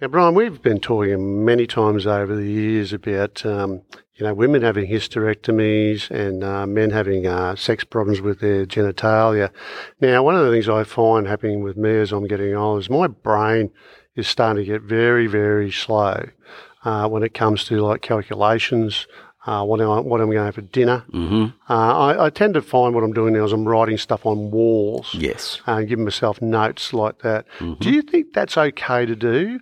Now, Brian, we've been talking many times over the years about um, you know women having hysterectomies and uh, men having uh, sex problems with their genitalia. Now, one of the things I find happening with me as I'm getting older is my brain is starting to get very, very slow uh, when it comes to like calculations. Uh, what, am I, what am I going to have for dinner? Uh, I, I tend to find what I'm doing now is I'm writing stuff on walls Yes. and giving myself notes like that. Do you think that's okay to do?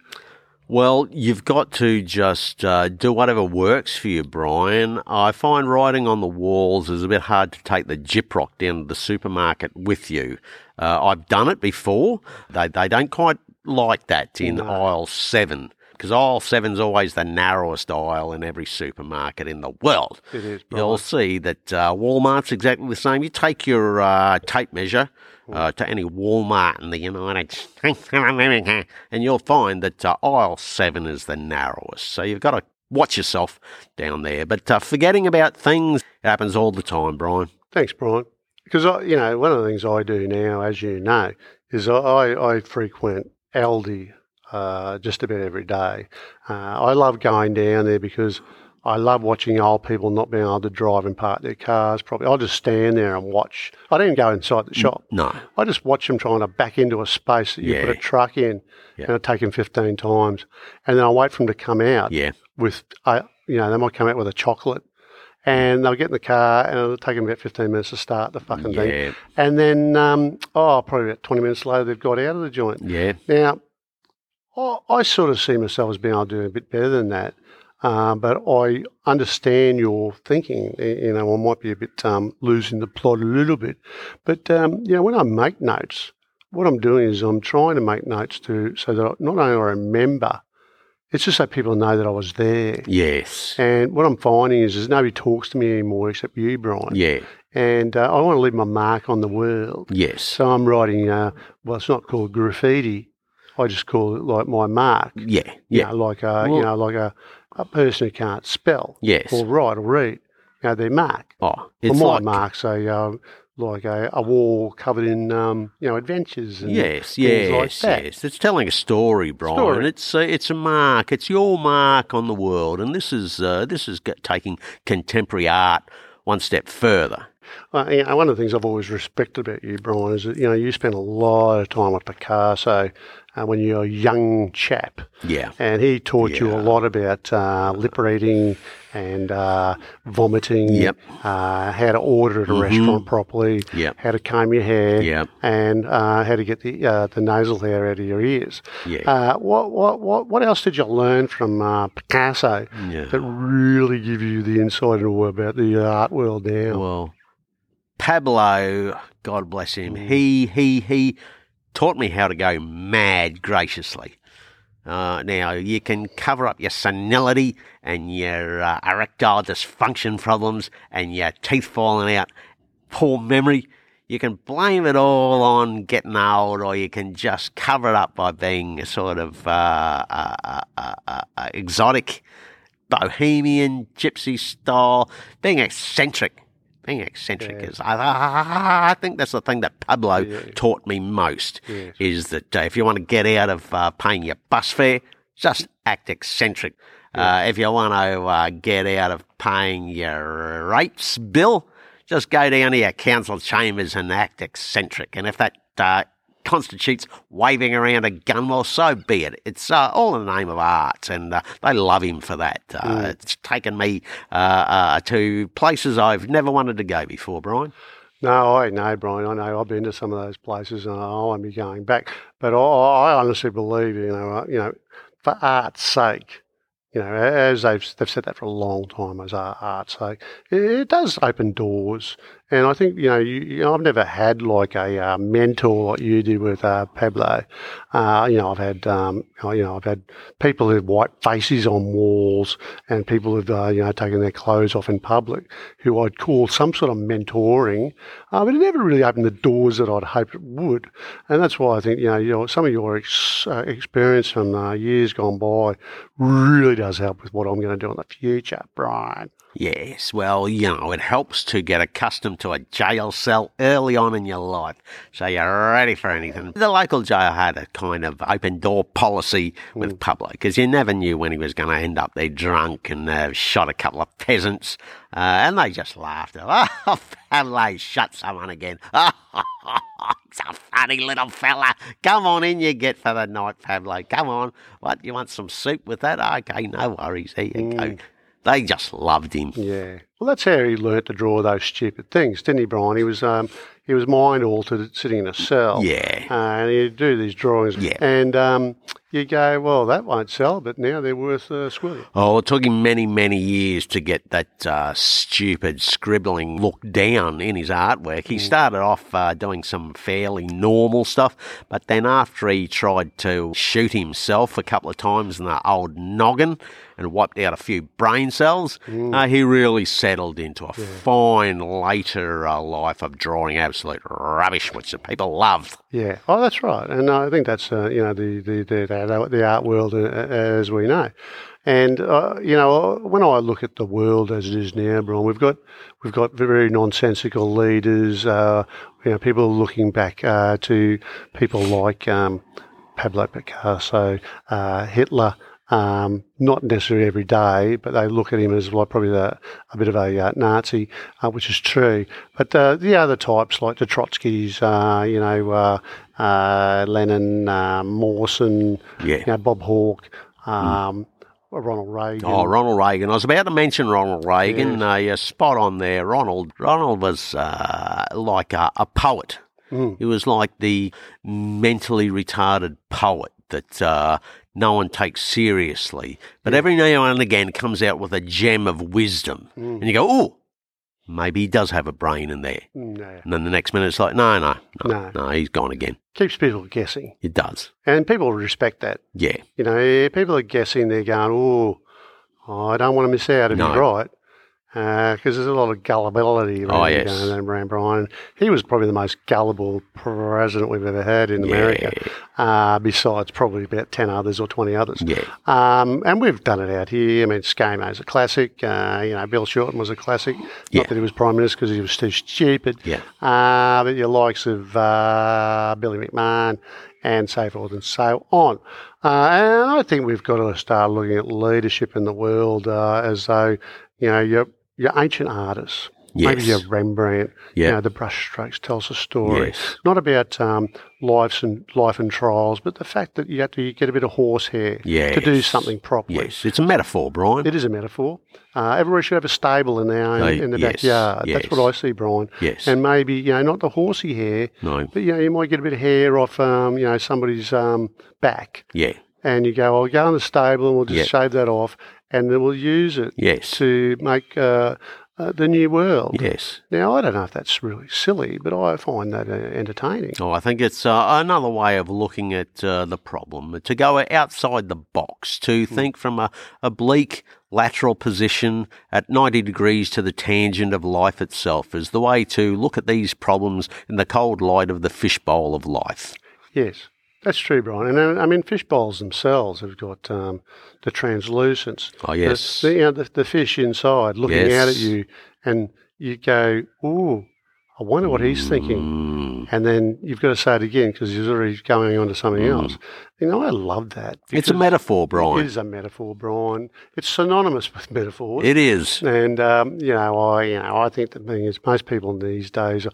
Well, you've got to just uh, do whatever works for you, Brian. I find writing on the walls is a bit hard to take the gyprock down to the supermarket with you. Uh, I've done it before. They, they don't quite like that in aisle seven because aisle seven's always the narrowest aisle in every supermarket in the world. It is, You'll see that uh, Walmart's exactly the same. You take your uh, tape measure uh, to any Walmart in the United States of America, and you'll find that uh, aisle seven is the narrowest. So you've got to watch yourself down there. But uh, forgetting about things happens all the time, Brian. Thanks, Brian. Because I, you know, one of the things I do now, as you know, is I, I, I frequent Aldi uh, just about every day. Uh, I love going down there because I love watching old people not being able to drive and park their cars. Probably, I'll just stand there and watch. I don't even go inside Mm. the shop. No. I just watch them trying to back into a space that you put a Yeah. truck in, Yeah. and I take them fifteen times, and then I wait for them to come out. Yeah. with uh, you know they might come out with a chocolate and they'll get in the car and it'll take them about 15 minutes to start the fucking thing Yeah. and then um, oh probably about 20 minutes later they've got out of the joint Yeah. now I, I sort of see myself as being able to do a bit better than that um, but I understand your thinking. y- You know, I might be a bit um, losing the plot a little bit, but um, you know, when I make notes, what I'm doing is I'm trying to make notes to so that I, not only I remember, it's just so people know that I was there. Yes. And what I'm finding is, is nobody talks to me anymore except you, Brian. Yeah. And uh, I want to leave my mark on the world. Yes. So I'm writing, uh, well, it's not called graffiti. I just call it like my mark. Yeah. You Yeah. know, like a, Well- you know, like a, a person who can't spell Yes. or write or read. You know, their mark. Oh, Well, it's my like mark's a, uh, like a, a wall covered in, um, you know, adventures. And, Yes, things yes, like that. yes. It's telling a story, Brian. Story. It's a, it's a mark. It's your mark on the world, and this is uh, this is g- taking contemporary art one step further. Uh, you know, one of the things I've always respected about you, Brian, is that you know you spent a lot of time with Picasso uh, when you were a young chap, Yeah, and he taught you a Yeah. lot about uh, lip reading and uh, vomiting, Yep. Mm-hmm. uh, how to order at a restaurant properly, Yep. how to comb your hair, Yep. and uh, how to get the uh, the nasal hair out of your ears. Yeah. Uh, what, what what what else did you learn from uh, Picasso yeah. that really give you the insight into about the art world now? Well, Pablo, God bless him, he he he taught me how to go mad graciously. Uh, now you can cover up your senility and your uh, erectile dysfunction problems and your teeth falling out, poor memory. You can blame it all on getting old, or you can just cover it up by being a sort of uh, uh, uh, uh, uh, uh, exotic bohemian gypsy style, being eccentric. Being eccentric is, I, I think that's the thing that Pablo taught me most is that uh, if you want to get out of uh, paying your bus fare, just act eccentric. Uh, if you want to uh, get out of paying your rates bill, just go down to your council chambers and act eccentric. And if that uh, constitutes waving around a gun, well, so be it. It's uh, all in the name of art, and uh, they love him for that. Uh, It's taken me uh, uh, to places I've never wanted to go before, Brian. No, I know, Brian. I know. I've been to some of those places, and I won't be going back. But I, I honestly believe, you know, uh, you know, for art's sake, you know, as they've they've said that for a long time, as ar- art's sake, it, it does open doors. And I think, you know, you, you know, I've never had like a uh, mentor like you did with uh, Pablo. Uh, you know, I've had, um, you know, I've had people who've wiped faces on walls, and people who've, uh, you know, taken their clothes off in public, who I'd call some sort of mentoring. Uh, but it never really opened the doors that I'd hoped it would. And that's why I think, you know, your, some of your ex, uh, experience from uh, years gone by really does help with what I'm going to do in the future, Brian. Yes, well, you know, it helps to get accustomed to a jail cell early on in your life so you're ready for anything. The local jail had a kind of open door policy with Pablo because you never knew when he was going to end up there drunk and uh, shot a couple of peasants. Uh, and they just laughed. Oh, Pablo shot someone again. It's a funny little fella. Come on in, you get for the night, Pablo. Come on. What, you want some soup with that? Okay, no worries. Here you go. They just loved him. Yeah. Well, that's how he learnt to draw those stupid things, didn't he, Brian? He was um, he was mind altered sitting in a cell. Yeah. Uh, and he'd do these drawings. Yeah. And um, you go, well, that won't sell, but now they're worth a squillion. Oh, it took him many, many years to get that uh, stupid scribbling look down in his artwork. He started off uh, doing some fairly normal stuff, but then after he tried to shoot himself a couple of times in the old noggin and wiped out a few brain cells, uh, he really settled into a fine later uh, life of drawing absolute rubbish, which the people loved. Yeah. Oh, that's right. And I think that's uh, you know the the the, the, the art world uh, as we know. And uh, you know when I look at the world as it is now, Brian, we've got we've got very nonsensical leaders. Uh, you know, people looking back uh, to people like um, Pablo Picasso, uh, Hitler. Um, not necessarily every day, but they look at him as like probably the, a bit of a uh, Nazi, uh, which is true. But uh, the other types, like the Trotskys, uh, you know, uh, uh, Lenin, uh, Mawson, Yeah. Hmm. you know, Bob Hawke, um, Ronald Reagan. Oh, Ronald Reagan. I was about to mention Ronald Reagan. Uh, you're spot on there. Ronald Ronald was uh, like a, a poet. Hmm. He was like the mentally retarded poet that uh, no one takes seriously, but every now and again comes out with a gem of wisdom, Mm. and you go, "Oh, maybe he does have a brain in there." No, And then the next minute, it's like, "No, no, no, Mm, No. no, he's gone again." keeps people guessing. It does. And people respect that. Yeah, You know, if people are guessing, they're going, oh, I don't want to miss out if No. you're right. Because there's a lot of gullibility around, Oh, you yes. know, around Brian. He was probably the most gullible president we've ever had in America, uh, besides probably about 10 others or 20 others. yeah. Um, and we've done it out here. I mean, ScoMo's a classic. Uh, you know, Bill Shorten was a classic. Yeah. Not that he was Prime Minister because he was too stupid. Yeah. Uh, but your likes of uh, Billy McMahon and so forth and so on. Uh, and I think we've got to start looking at leadership in the world uh, as though, you know, your, your ancient artists, maybe Yes. your Rembrandt, Yeah. you know, the brushstrokes tells a story. Yes. Not about um, lives and life and trials, but the fact that you have to get a bit of horsehair to do Yes. something properly. Yes, it's a metaphor, Brian. It is a metaphor. Uh, everybody should have a stable in their own, They- in the yes, backyard. That's yes. what I see, Brian. Yes. And maybe you know not the horsey hair, no, but you know you might get a bit of hair off um, you know somebody's um, back, yeah, and you go, "I'll go in the stable and we'll just Yeah. shave that off, and then we'll use it yes, to make uh, uh, the new world." yes. Now I don't know if that's really silly, but I find that uh, entertaining. Oh, I think it's uh, another way of looking at uh, the problem to go outside the box, to Hmm. think from a oblique lateral position at 90 degrees to the tangent of life itself is the way to look at these problems in the cold light of the fishbowl of life. Yes, that's true, Brian. And uh, I mean, fish bowls themselves have got um, the translucence. Oh, yes. the, the, you know, the, the fish inside looking out at Yes. you, and you go, "Ooh, I wonder what he's thinking." Mm. And then you've got to say it again because he's already going on to something Mm. else. You know, I love that. It's because a metaphor, It Brian. is a metaphor, Brian. It's synonymous with metaphors. It is. And um, you know, I you know, I think the thing is, most people these days,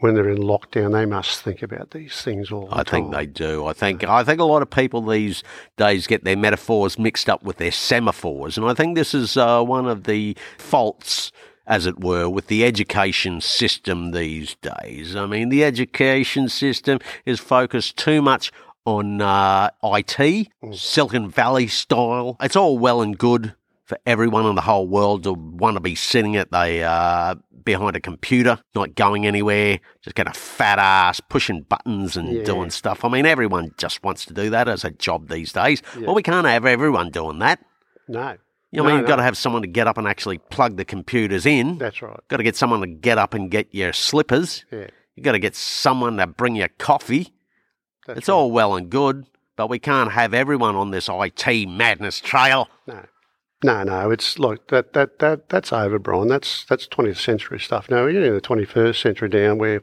when they're in lockdown, they must think about these things all the I time. think they do. I think I think a lot of people these days get their metaphors mixed up with their semaphores, and I think this is uh, one of the faults, as it were, with the education system these days. I mean, the education system is focused too much on uh, IT, Silicon Valley style. It's all well and good for everyone in the whole world to want to be sitting at the uh, behind a computer, not going anywhere, just got a fat ass pushing buttons and Yeah. doing stuff. I mean, everyone just wants to do that as a job these days. Well, we can't have everyone doing that. No, You No, know, I mean, you've no. got to have someone to get up and actually plug the computers in. that's right. Got to get someone to get up and get your slippers. Yeah, You got to get someone to bring your coffee. that's It's right. all well and good, but we can't have everyone on this IT madness trail. No, No, no, it's look that that that that's over, Brian. That's that's twentieth century stuff. Now we're getting the twenty first century down where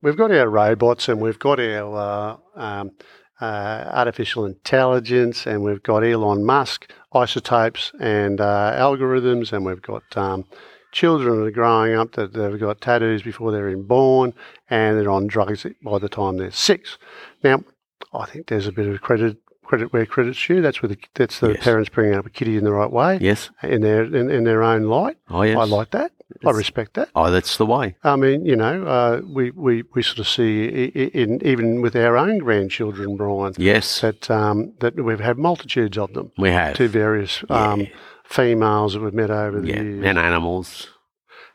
we've got our robots and we've got our uh, um, uh, artificial intelligence and we've got Elon Musk isotopes and uh, algorithms and we've got um, children that are growing up that they've got tattoos before they're even born and they're on drugs by the time they're six. Now, I think there's a bit of credit credit where credit's due. That's where the, that's the Yes. parents bringing up a kitty in the right way Yes. in their in, in their own light. Oh, yes. I like that. I It's- respect that. Oh, that's the way. I mean, you know, uh, we, we, we sort of see i- i- in even with our own grandchildren, Brian, Yes. that um, that we've had multitudes of them We have. to various um, Yeah. females that we've met over the yeah. years, And animals.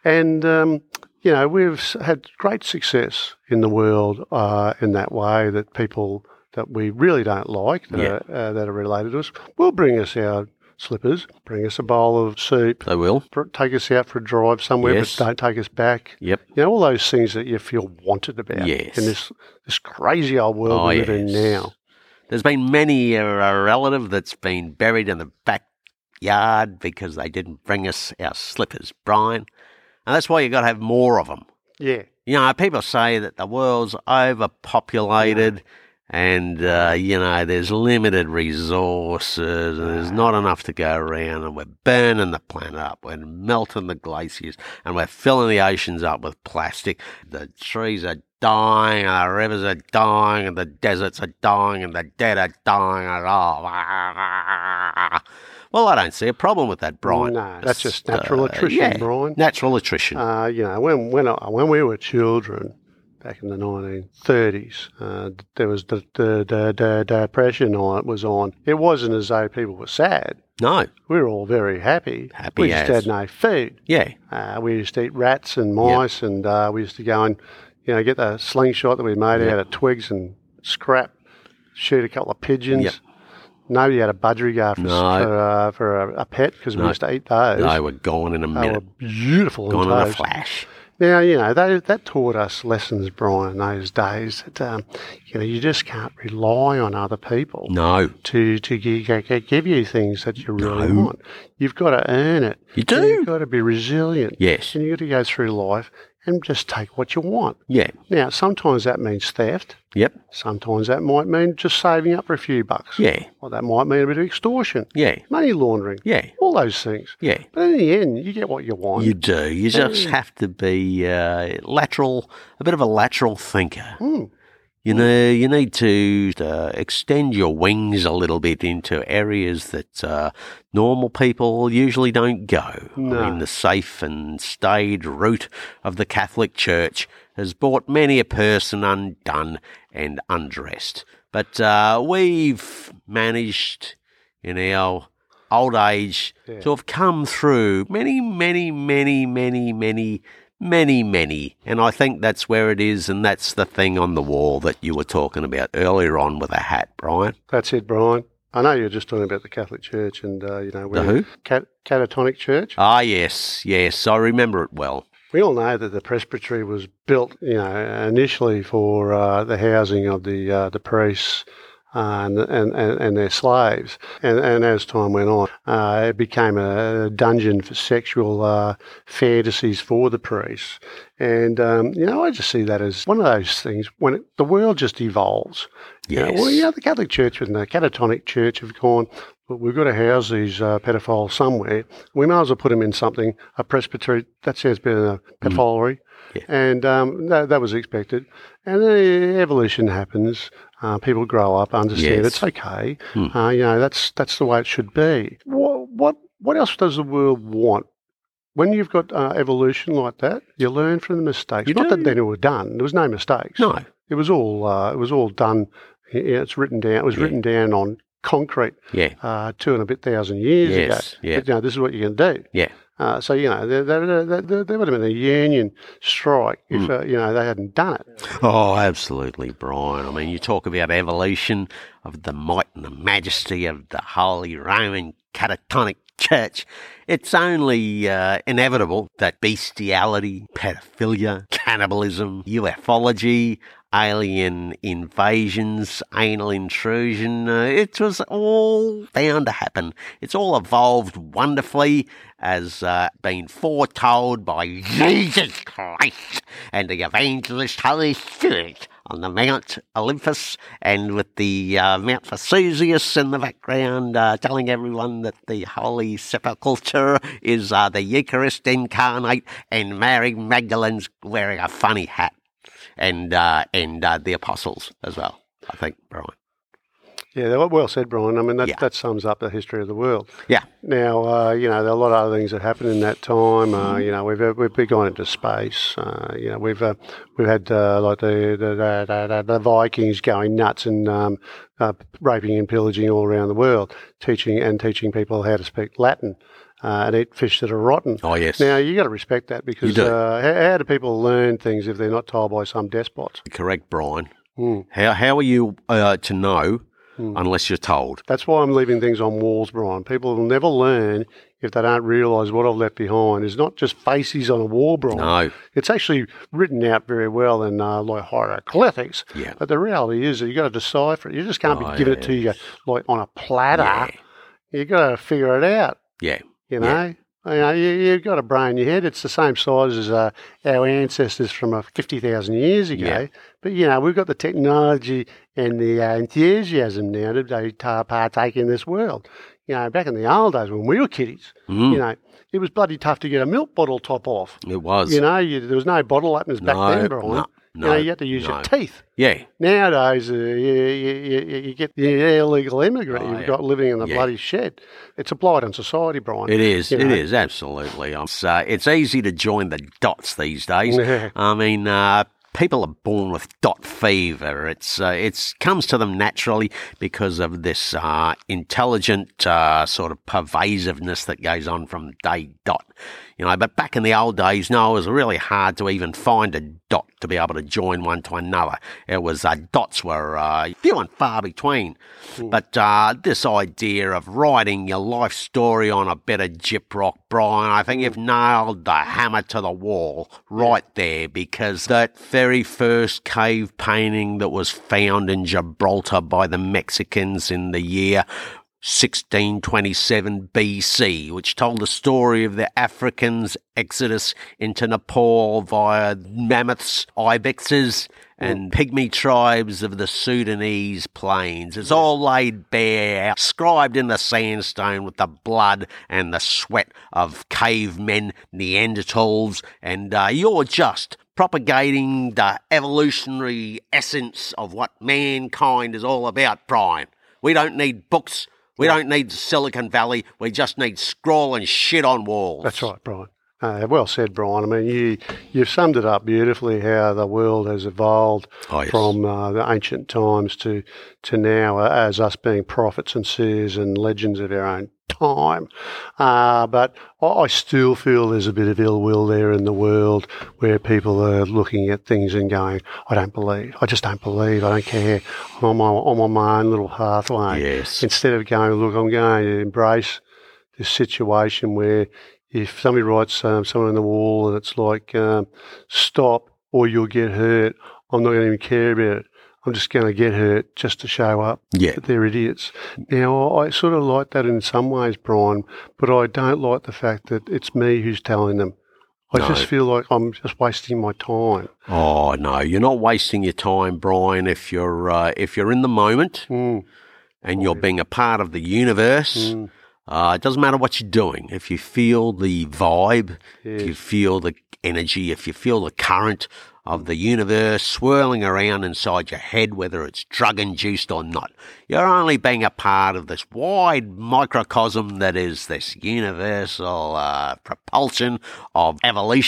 and um, you know, we've s- had great success in the world uh, in that way that people that we really don't like that, are, Yeah. uh, that are related to us will bring us our slippers, bring us a bowl of soup, They will. for- take us out for a drive somewhere, Yes. but don't take us back. Yep. You know, all those things that you feel wanted about Yes. in this, this crazy old world Oh, we live in yes. now. There's been many a a relative that's been buried in the backyard because they didn't bring us our slippers, Brian. And that's why you've got to have more of them. Yeah. You know, people say that the world's overpopulated and, uh, you know, there's limited resources and there's not enough to go around and we're burning the planet up, we're melting the glaciers and we're filling the oceans up with plastic. The trees are dying and the rivers are dying and the deserts are dying and the dead are dying and all. Well, I don't see a problem with that, Brian. No, that's just natural Uh, attrition, yeah, Brian. Natural attrition. Uh, you know, when when I, when we were children back in the 1930s, uh, there was the, the, the, the depression on was on. It wasn't as though people were sad. no. We were all very happy. Happy we just as. had no food. Yeah. Uh, we used to eat rats and mice, and uh, we used to go and you know get the slingshot that we made out of twigs and scrap, shoot a couple of pigeons. Yep. Nobody had a budgerigar for, No. for, uh, for a, a pet because we No. used to eat those. They were gone in a They were minute. beautiful and Gone in a toast. flash. Now you know they, that taught us lessons, Brian. Those days that um, you know you just can't rely on other people No. to to give, give you things that you really want. You've got to earn it. You And You've do? got to be resilient. Yes. And you've got to go through life and just take what you want. Yeah. Now, sometimes that means theft. Yep. Sometimes that might mean just saving up for a few bucks. Yeah. Or that might mean a bit of extortion, Yeah. money laundering, Yeah. all those things. Yeah. But in the end, you get what you want. You do. You just have to be uh, lateral, a bit of a lateral thinker. Mm. You know, you need to uh, extend your wings a little bit into areas that uh, normal people usually don't go. I mean, the safe and staid route of the Catholic Church has brought many a person undone and undressed. But uh, we've managed in our old age Yeah. to have come through many, many, many, many, many, many, many. And I think that's where it is. And that's the thing on the wall that you were talking about earlier on with a hat, Brian. That's it, Brian. I know you're just talking about the Catholic Church and, uh, you know, The we're who? cat- catatonic church. Ah, yes, yes. I remember it well. We all know that the presbytery was built, you know, initially for uh, the housing of the uh, the priests uh, and, and and and their slaves, and, and as time went on, uh, it became a dungeon for sexual uh, fantasies for the priests. And um, you know, I just see that as one of those things when it, the world just evolves. You know, Yes. Uh, well, you know, the Catholic Church and the Catatonic Church have gone. But we've got to house these uh, pedophiles somewhere. We may as well put them in something, a presbytery. That sounds better than a pedophilery. Mm. Yeah. And um, that, that was expected. And then evolution happens. Uh, people grow up, understand Yes. Hmm. it's okay. Uh, you know, that's that's the way it should be. What what what else does the world want? When you've got uh, evolution like that, you learn from the mistakes. You Not do. that they were done. There was no mistakes. No. It was all uh, it was all done. yeah, It's written down. It was Yeah. written down on concrete Yeah. uh, two and a bit thousand years Yes, ago. yeah. But, you know, this is what you can do. Yeah. Uh, so you know there, there, there, there, there would have been a union strike if Hmm. uh, you know they hadn't done it. Oh, absolutely, Brian. I mean, you talk about evolution of the might and the majesty of the Holy Roman Catatonic Church. It's only uh, inevitable that bestiality, pedophilia, cannibalism, ufology, alien invasions, anal intrusion. Uh, it was all bound to happen. It's all evolved wonderfully as uh, been foretold by Jesus Christ and the evangelist Holy Spirit on the Mount Olympus and with the uh, Mount Vesuvius in the background uh, telling everyone that the Holy Sepulchre is uh, the Eucharist incarnate and Mary Magdalene's wearing a funny hat and uh, and uh, the apostles as well, I think, Brian. Yeah, that- well said, Brian. I mean, that, Yeah. that sums up the history of the world. Yeah. Now, uh, you know, there are a lot of other things that happened in that time. Mm-hmm. Uh, you know, we've uh, we've been gone into space. Uh, you know, we've uh, we've had uh, like the the, the, the the Vikings going nuts and um, uh, raping and pillaging all around the world, teaching and teaching people how to speak Latin uh, and eat fish that are rotten. Oh, yes. Now you got to respect that because do. uh, how, how do people learn things if they're not told by some despot? Correct, Brian. Hmm. How, how are you uh, to know unless you're told? That's why I'm leaving things on walls, Brian. People will never learn if they don't realise what I've left behind is not just faces on a wall, Brian. No. It's actually written out very well in uh, like hieroglyphics. Yeah. But the reality is that you got to decipher it. You just can't Oh, be giving it to you like on a platter. you got to figure it out. Yeah. You know. Yeah. You know, you, you've got a brain in your head. It's the same size as uh, our ancestors from uh, 50,000 years ago. Yeah. But, you know, we've got the technology and the uh, enthusiasm now to to ta- partake in this world. You know, back in the old days when we were kiddies, Mm, you know, it was bloody tough to get a milk bottle top off. it was. You know, you, there was no bottle openers back no, then, Brian. no, you know, no, you had to use no. your teeth. Yeah. Nowadays, uh, you, you, you, you get the illegal immigrant Oh, you've yeah. got living in the Yeah. bloody shed. It's applied on society, Brian. It is. you It know. is absolutely. It's, uh, it's easy to join the dots these days. Yeah. I mean, uh, people are born with dot fever. It's uh, it's comes to them naturally because of this uh, intelligent uh, sort of pervasiveness that goes on from day dot. You know, but back in the old days, no, it was really hard to even find a dot to be able to join one to another. It was uh, dots were uh, few and far between. But uh, this idea of writing your life story on a bit of gyprock, Brian, I think you've nailed the hammer to the wall right there because that very first cave painting that was found in Gibraltar by the Mexicans in the year 1627 BC, which told the story of the Africans' exodus into Nepal via mammoths, ibexes, and pygmy tribes of the Sudanese plains. It's all laid bare, scribed in the sandstone with the blood and the sweat of cavemen, Neanderthals, and uh, you're just propagating the evolutionary essence of what mankind is all about, Brian. We don't need books. We don't need Silicon Valley. We just need scrawling shit on walls. That's right, Brian. Uh, well said, Brian. I mean, you you've summed it up beautifully how the world has evolved Oh, yes. from uh, the ancient times to to now uh, as us being prophets and seers and legends of our own time. Uh, but I, I still feel there's a bit of ill will there in the world where people are looking at things and going, "I don't believe. I just don't believe. I don't care. I'm on my I'm on my own little pathway." Yes. instead of going, look, I'm going to embrace this situation where if somebody writes um, something on the wall and it's like, um, stop or you'll get hurt, I'm not going to even care about it. I'm just going to get hurt just to show up Yeah. that they're idiots. Now, I I sort of like that in some ways, Brian, but I don't like the fact that it's me who's telling them. I No. just feel like I'm just wasting my time. Oh no, you're not wasting your time, Brian. If you're uh, if you're in the moment Mm, and you're being a part of the universe, Mm. uh, it doesn't matter what you're doing. If you feel the vibe, if you yes. feel the energy, if you feel the current of the universe swirling around inside your head, whether it's drug induced or not, you're only being a part of this wide microcosm that is this universal uh, propulsion of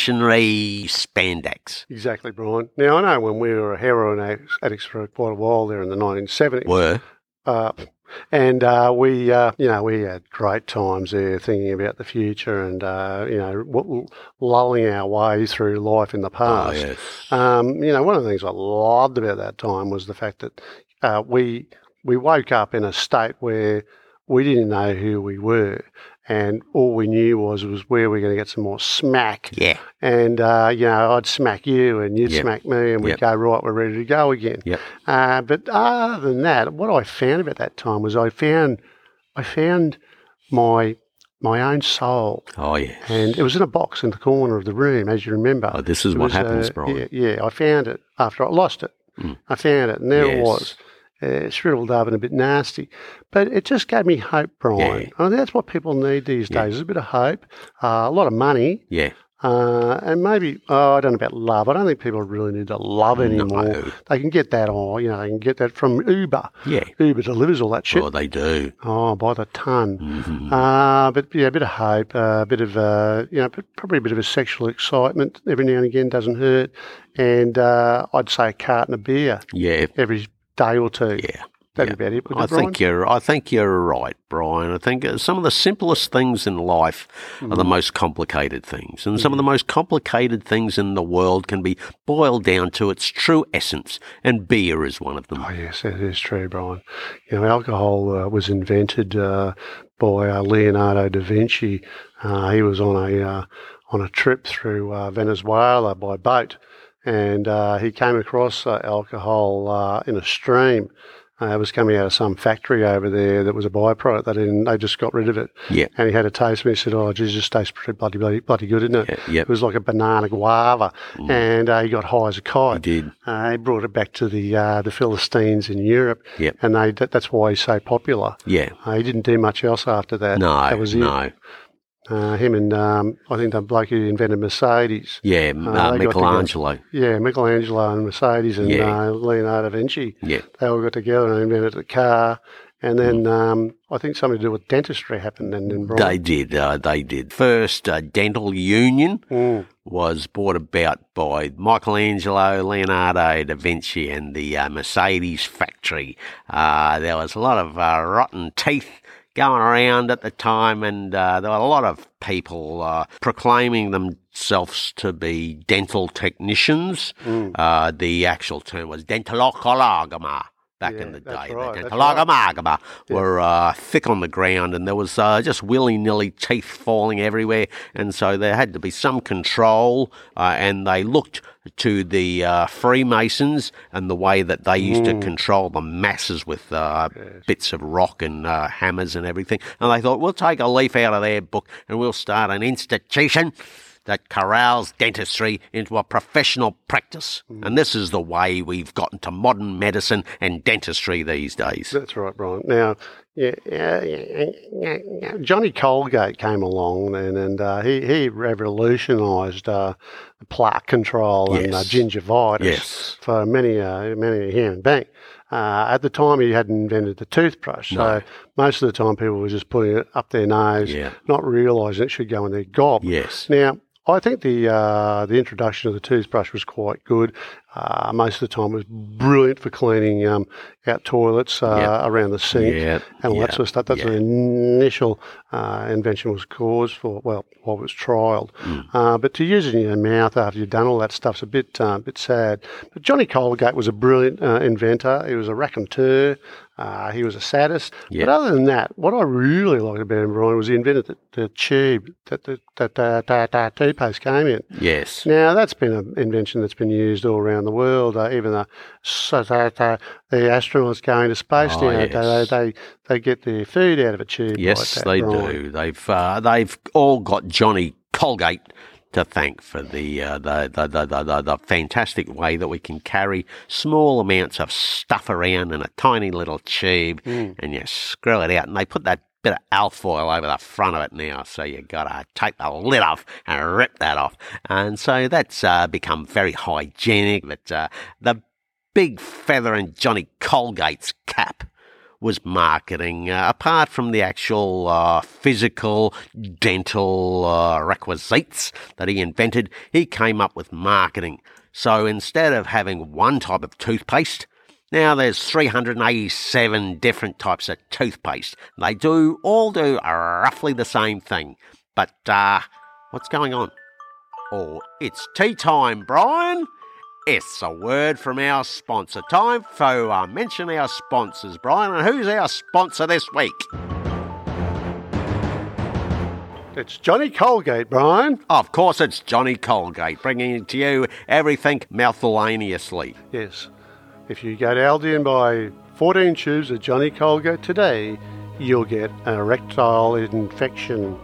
evolutionary spandex. Exactly, Brian. Now, I know when we were heroin addicts- addicts for quite a while there in the 1970s, Were Uh, and uh, we, uh, you know, we had great times there, thinking about the future and uh, you know, w- lulling our way through life in the Oh, past. Um, you know, one of the things I loved about that time was the fact that uh, we we woke up in a state where we didn't know who we were, and all we knew was was where we're going to get some more smack. Yeah. And uh, you know, I'd smack you, and you'd Yep. smack me, and we'd Yep. go right. We're ready to go again. Yep. Uh, but other than that, what I found about that time was I found I found my my own soul, Oh, yeah. and it was in a box in the corner of the room, as you remember. Oh, this is It what was, happens, uh, Brian. Yeah, yeah, I found it after I lost it. Mm. I found it, and there it Yes. was uh, shriveled up and a bit nasty. But it just gave me hope, Brian. Yeah. I think that's what people need these Yeah. days: is a bit of hope, uh, a lot of money, Yeah. uh, and maybe oh, I don't know about love. I don't think people really need to love anymore. No. They can get that, or you know, they can get that from Uber. Yeah. Uber delivers all that shit. Oh, they do. Oh, by the ton. Mhm. Uh, but yeah, a bit of hope, uh, a bit of uh, you know, p- probably a bit of a sexual excitement every now and again doesn't hurt, and uh, I'd say a carton of beer yeah. every day or two. Yeah. That'd be about it. wouldn't I it, Brian? think you're. I think you're right, Brian. I think uh, some of the simplest things in life are the Mm-hmm. most complicated things, and some of the most complicated things in the world can be boiled down to its true essence, and beer is one of them. Oh yes, that is true, Brian. You know, alcohol uh, was invented uh, by uh, Leonardo da Vinci. Uh, he was on a uh, on a trip through uh, Venezuela by boat, and uh, he came across uh, alcohol uh, in a stream. Uh, it was coming out of some factory over there that was a byproduct. They didn't. They just got rid of it. Yeah. And he had a taste, and he said, "Oh, geez, this tastes pretty bloody bloody, bloody good, isn't it?" Yeah, yeah, It was like a banana guava, and uh, he got high as a I kite. did. Uh, he brought it back to the uh, the Philistines in Europe, Yep. and they that, that's why he's so popular. Yeah. Uh, he didn't do much else after that. No. that was no. it. Uh, him and um, I think the bloke who invented Mercedes, Yeah. got uh, together. Michelangelo. yeah, Michelangelo and Mercedes and Yeah. uh, Leonardo da Vinci, Yeah. they all got together and invented the car. And then um, I think something to do with dentistry happened. And then brought- Mm. They did. Uh, they did. First uh, dental union Mm, was brought about by Michelangelo, Leonardo da Vinci, and the uh, Mercedes factory. Uh, there was a lot of uh, rotten teeth going around at the time, and uh, there were a lot of people uh, proclaiming themselves to be dental technicians. mm. Uh, the actual term was dentalochologama. Back Yeah, in the that's day, right, the that's dentalochologama Yeah. were uh, thick on the ground, and there was uh, just willy nilly teeth falling everywhere, and so there had to be some control. Uh, and they looked to the uh, Freemasons and the way that they used to control the masses with uh, bits of rock and uh, hammers and everything. And they thought, we'll take a leaf out of their book and we'll start an institution that corrals dentistry into a professional practice. And this is the way we've gotten to modern medicine and dentistry these days. That's right, Brian. Now, yeah, yeah, yeah, yeah, yeah. Johnny Colgate came along and, and uh, he, he revolutionised uh, plaque control and uh, Yes. gingivitis Yes. for many, uh, many a human being. Uh, at the time, he hadn't invented the toothbrush, so most of the time people were just putting it up their nose, Yeah. not realising it should go in their gob. Yes. Now, I think the uh, the introduction of the toothbrush was quite good. Uh, most of the time, it was brilliant for cleaning um, out toilets uh, Yeah. around the sink Yeah. and all Yeah. that sort of stuff. That's Yeah. the initial uh, invention was caused for. Well, what was trialed, Mm. uh, but to use it in your mouth after you've done all that stuff's a bit uh, bit sad. But Johnny Colgate was a brilliant uh, inventor. He was a raconteur. Uh, he was a sadist. Yeah. But other than that, what I really liked about him, Brian, was he invented the, the tube that the that that that that toothpaste came in. Yes. Now that's been an invention that's been used all around the world. Uh, even the so that, uh, the astronauts going to space Oh, now, yes. they, they they get their food out of a tube. like Yes, that, they right. do. They've uh, they've all got Johnny Colgate to thank for the, uh, the, the, the, the the the fantastic way that we can carry small amounts of stuff around in a tiny little tube, Hmm. and you screw it out, and they put that. Bit of alfoil over the front of it now, so you gotta take the lid off and rip that off. And so that's uh, become very hygienic. But uh, the big feather in Johnny Colgate's cap was marketing, uh, apart from the actual uh, physical, dental uh, requisites that he invented, he came up with marketing. So instead of having one type of toothpaste, now there's 387 different types of toothpaste. They do all do roughly the same thing. But uh, what's going on? Oh, it's tea time, Brian. It's a word from our sponsor. Time for uh, mention our sponsors, Brian. And who's our sponsor this week? It's Johnny Colgate, Brian. Of course, it's Johnny Colgate bringing to you everything mouthalaneously. Yes. If you go to Aldi and buy 14 tubes of Johnny Colgate today, you'll get an erectile infection.